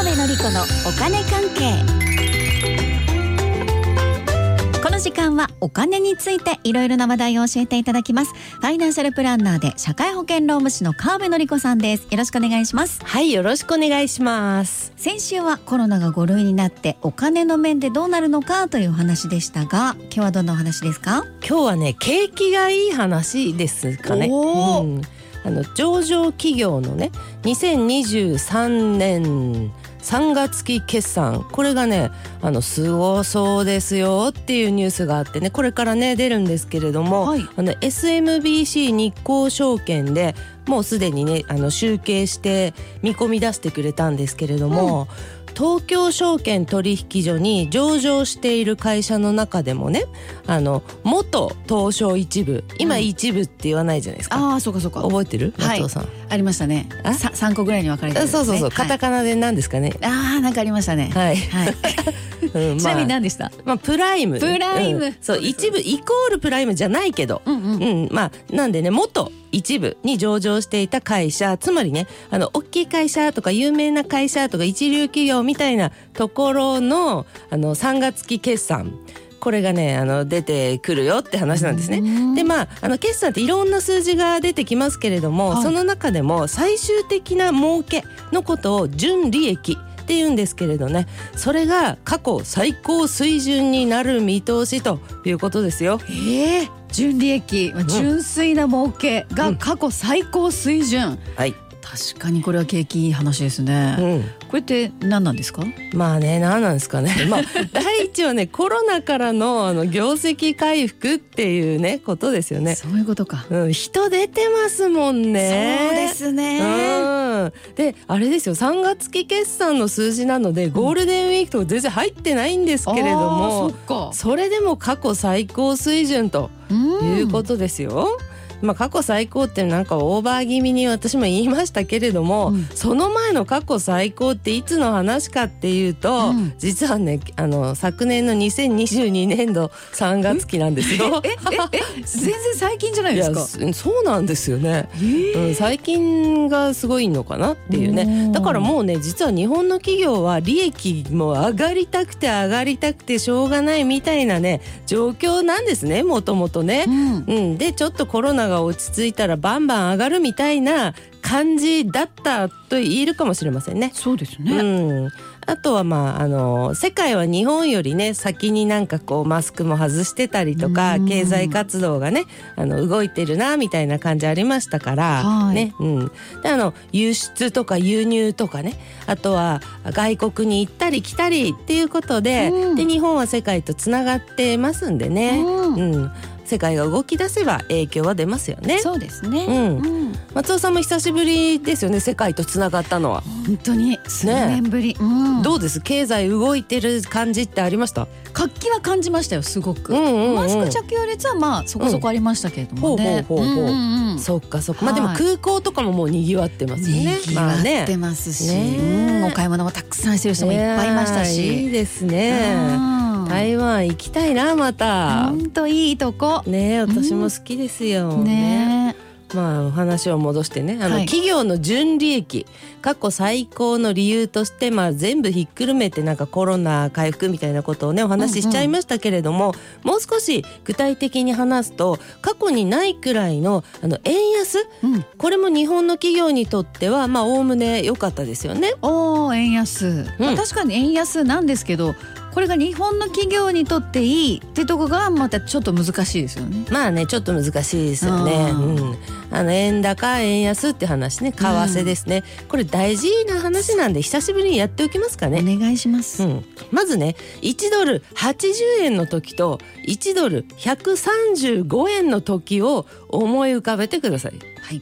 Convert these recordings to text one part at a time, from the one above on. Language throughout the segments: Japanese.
のお金関係この時間はお金についていろいろな話題を教えていただきますファイナンシャルプランナーで社会保険労務士の川辺紀子さんですよろしくお願いしますはい、よろしくお願いします。先週はコロナが5類になってお金の面でどうなるのかというお話でしたが今日はどんなお話ですか今日はね、景気がいい話ですかね。おーうんあの上場企業のね、2023年3月期決算、これがね、あのすごそうですよっていうニュースがあってね、これからね出るんですけれども、はいあの SMBC 日興証券でもうすでにねあの集計して見込み出してくれたんですけれども、東京証券取引所に上場している会社の中でもねあの元東証一部今うん一部って言わないじゃないですか、あそうかそうか覚えてるはい松尾さん、ありましたねあさ三個ぐらいに分かれてるんですそうねそうそう、カはタいカナで何ですかねあーなんかありましたねはい、はい、うんちなみに何でしたまあプライムプライムうんそう一部イコールプライムじゃないけどうんうんうん、まあ、なんでね、元一部に上場していた会社、つまりね、あの、大きい会社とか有名な会社とか一流企業みたいなところの、あの、3月期決算。これがね、あの、出てくるよって話なんですね。でまあ、あの決算っていろんな数字が出てきますけれども、はいその中でも最終的な儲けのことを純利益って言うんですけれどねそれが過去最高水準になる見通しということですよ。ええ純利益、まあ、ん純粋な儲けが過去最高水準、はい、確かにこれは景気いい話ですうね、んこれって何なんですかまあね何なんです かね、まあ、第一はねコロナからのあの業績回復っていうねことですよね。そういうことか、うん、人出てますもんね。すねうん、であれですよ3月期決算の数字なのでゴールデンウィークとか全然入ってないんですけれどあも、ーそそれでも過去最高水準とっかんいうことですよ。まあ、過去最高ってなんかオーバー気味に私も言いましたけれどうも、んその前の過去最高っていつの話かっていうと、うん実はねあの昨年の2022年度3月期なんですよ。ええええ全然最近じゃないいでやすかそそうなんですよね。えーうん、最近がすごいのかなっていうねおーだからもうね実は日本の企業は利益も上がりたくて上がりたくてしょうがないみたいなね状況なんですねもともとねう。んうん、でちょっとコロナが落ち着いたらバンバン上がるみたいな感じだったと言えるかもしれませんね。そうですうね、ん、あとはまああの世界は日本よりね先になんかこうマスクも外してたりとかうん経済活動がねあの動いてるなみたいな感じありましたから、はいねうん、であの輸出とか輸入とかねあとは外国に行ったり来たりっていうことで,、うんで日本は世界とつながってますんでね、うんうん、世界が動き出せば影響は出ますよね。そうですね、うんうん松尾さんも久しぶりですよね世界とつながったのは。本当に数年ぶり、うんどうです経済動いてる感じってありました活気は感じましたよすごく、うんうんうんマスク着用率はまあそこそこありましたけれどもね、うんほうほうほうほうんんんそっかそっか、はいまあでも空港とかももう賑わってますよねね、まあ賑わってねますし、ねうんお買い物もたくさんしてる人もいっぱいいましたやーいいし、ですね台湾行きたいなまた本当いいとこね私も好きですよねねまあお話を戻してねあの、はい企業の純利益過去最高の理由として、まあ、全部ひっくるめてなんかコロナ回復みたいなことをねお話ししちゃいましたけれども、もう少し具体的に話すと過去にないくらいのあの円安うん、これも日本の企業にとってはまあおおむね良かったですよね。おー円安、まあ確かに円安なんですけどこれが日本の企業にとっていいってとこがまたちょっと難しいですよね。まあねちょっと難しいですよね。ううんん、あの円高円安って話ね為替ですね、これ大事な話なんで久しぶりにやっておきますかおね。願いします。うん、まずね1ドル80円の時と1ドル135円の時を思い浮かべてください。はい、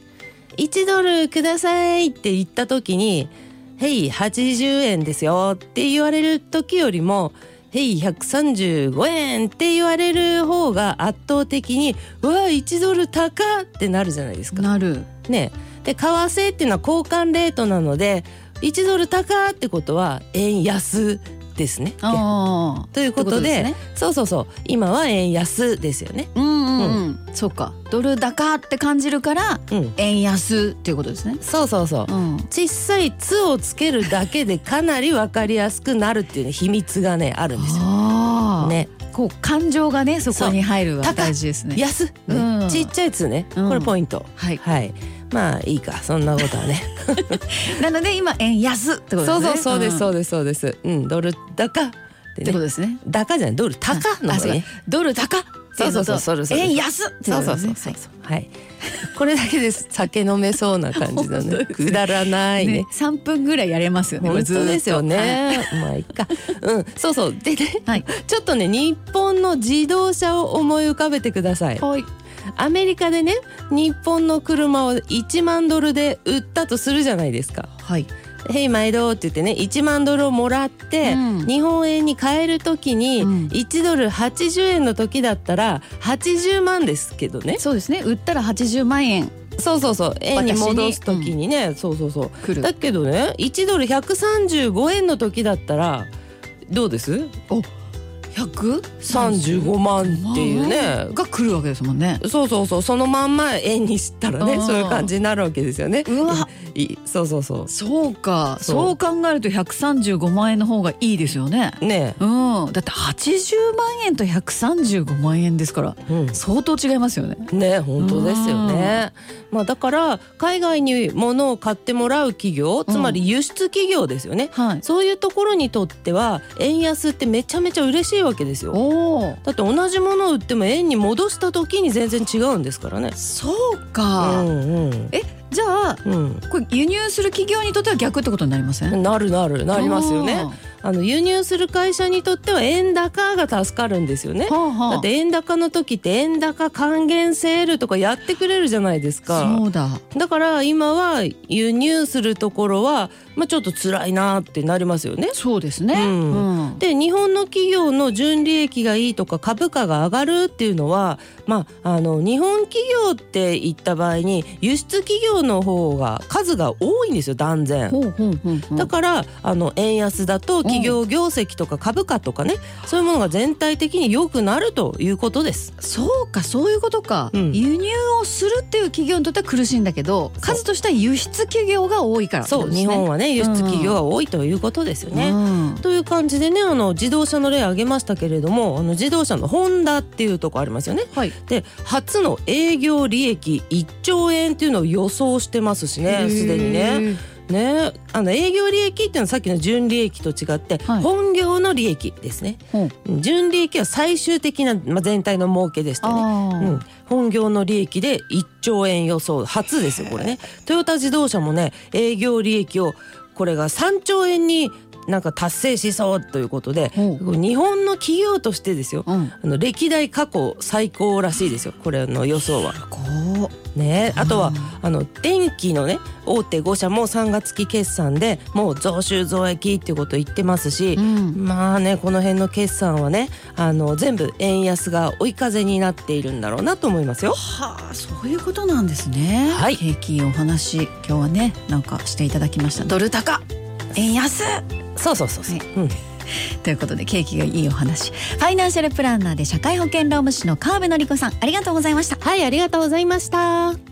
1ドルくださいって言った時に「へい80円ですよ」って言われる時よりも「へい135円」って言われる方が圧倒的に「うわ1ドル高っ!」ってなるじゃないですか。なるねで為替っていうのは交換レートなので1ドル高ってことは円安ってですね。ああということでってことですねそうそうそう今は円安ですよね。うんうん、うん、そうかドル高って感じるからうん、円安っていうことですねそうそうそう。うん小さい「つ」をつけるだけでかなり分かりやすくなるっていうね秘密がねあるんですよ。ああ、ね、こう感情がねそこに入るはそう高い大事ですね安、うんちっちゃい「つ」ねうんこれポイント。はいはいまあいいかそんなことは ねなので今円安ってことですそねうそうそうですそううですそうですうんドル高んでってこねとですね高じゃないドル高あの方そうがかいいねドル高っていうのとそうそうそうそう円安ってこそとうそうですそねうそうそうはいこれだけです酒飲めそうな感じだ 本当でねすねくだらないはいねね三分ぐらいやれますよねこ本れずーっ当とですよね。まあいっか。うん、そうそう。でね、はいちょっとね、日本の自動車を思い浮かべてください。はいアメリカでね、日本の車を1万ドルで売ったとするじゃないですか。はいヘイ毎度って言ってね、1万ドルをもらって、うん日本円に変えるときに、うん1ドル80円の時だったら、80万ですけどね。そうですね売ったら八十万円そうそうそう。円に私に戻すときにね、そうそうそう。来るだけどね1ドル135円の時だったらどうです百 ?35 万っていうねが来るわけですもんねそうそうそうそのまんま円にしたらあねーそういう感じになるわけですよね。うわいいそうそうそそうかそそうう考えると135万円の方がいいですよねうねうんだって80万円と135万円ですからえ、相当違いますよねね本当ですよね。まあだから海外に物を買ってもらう企業つまり輸出企業ですよね。はいそういうところにとっては円安ってめちゃめちゃ嬉しいわけですよ。おおだって同じものを売っても円に戻した時に全然違うんですからね。そううか、んうん。じゃあうこれ輸入する企業にとっては逆ってことになりませんん、なるなるなりますよね。あの輸入する会社にとっては円高が助かるんですよねあー。はあはあだって円高の時って円高還元セールとかやってくれるじゃないですか。そうだだから今は輸入するところはまあちょっと辛いなってなりますよね。そうですね、うんうんで日本の企業の純利益がいいとか株価が上がるっていうのは、まあ、あの日本企業って言った場合に輸出企業の方が数が多いんですよ断然。ほうほうほうほうだからあの円安だとん企業業績とか株価とかね、そういうものが全体的に良くなるということです。そうかそういうことか、うん輸入をするっていう企業にとっては苦しいんだけどう数としては輸出企業が多いからってこそとう、ですね日本はね輸出企業が多いということですよね。うんという感じでねあの自動車の例挙げましたけれどもあの自動車のホンダっていうとこありますよね。はいで初の営業利益1兆円っていうのを予想してますしねすでにね。へーねあの営業利益っていうのはさっきの純利益と違って、はい本業の利益ですね。ほう純利益は最終的な、まあ、全体の儲けでしたよね。あうーん、本業の利益で1兆円予想初ですよこれねトヨタ自動車もね営業利益をこれが3兆円になんか達成しそうということでほ日本の企業としてですようんあの歴代過去最高らしいですよこれの予想は。こね、あとうはんあの電気のね大手5社も3月期決算でもう増収増益っていうこと言ってますし、う、うん、まあねこの辺の決算はねあの全部円安が追い風になっているんだろうなと思いますよ。はあそういうことなんですねはい景気いいお話今日はねなんかしていただきましたドル高円安そうそうそうそう。はうんということで景気がいいお話ファイナンシャルプランナーで社会保険労務士の川辺紀子さんありがとうございましたはいありがとうございました。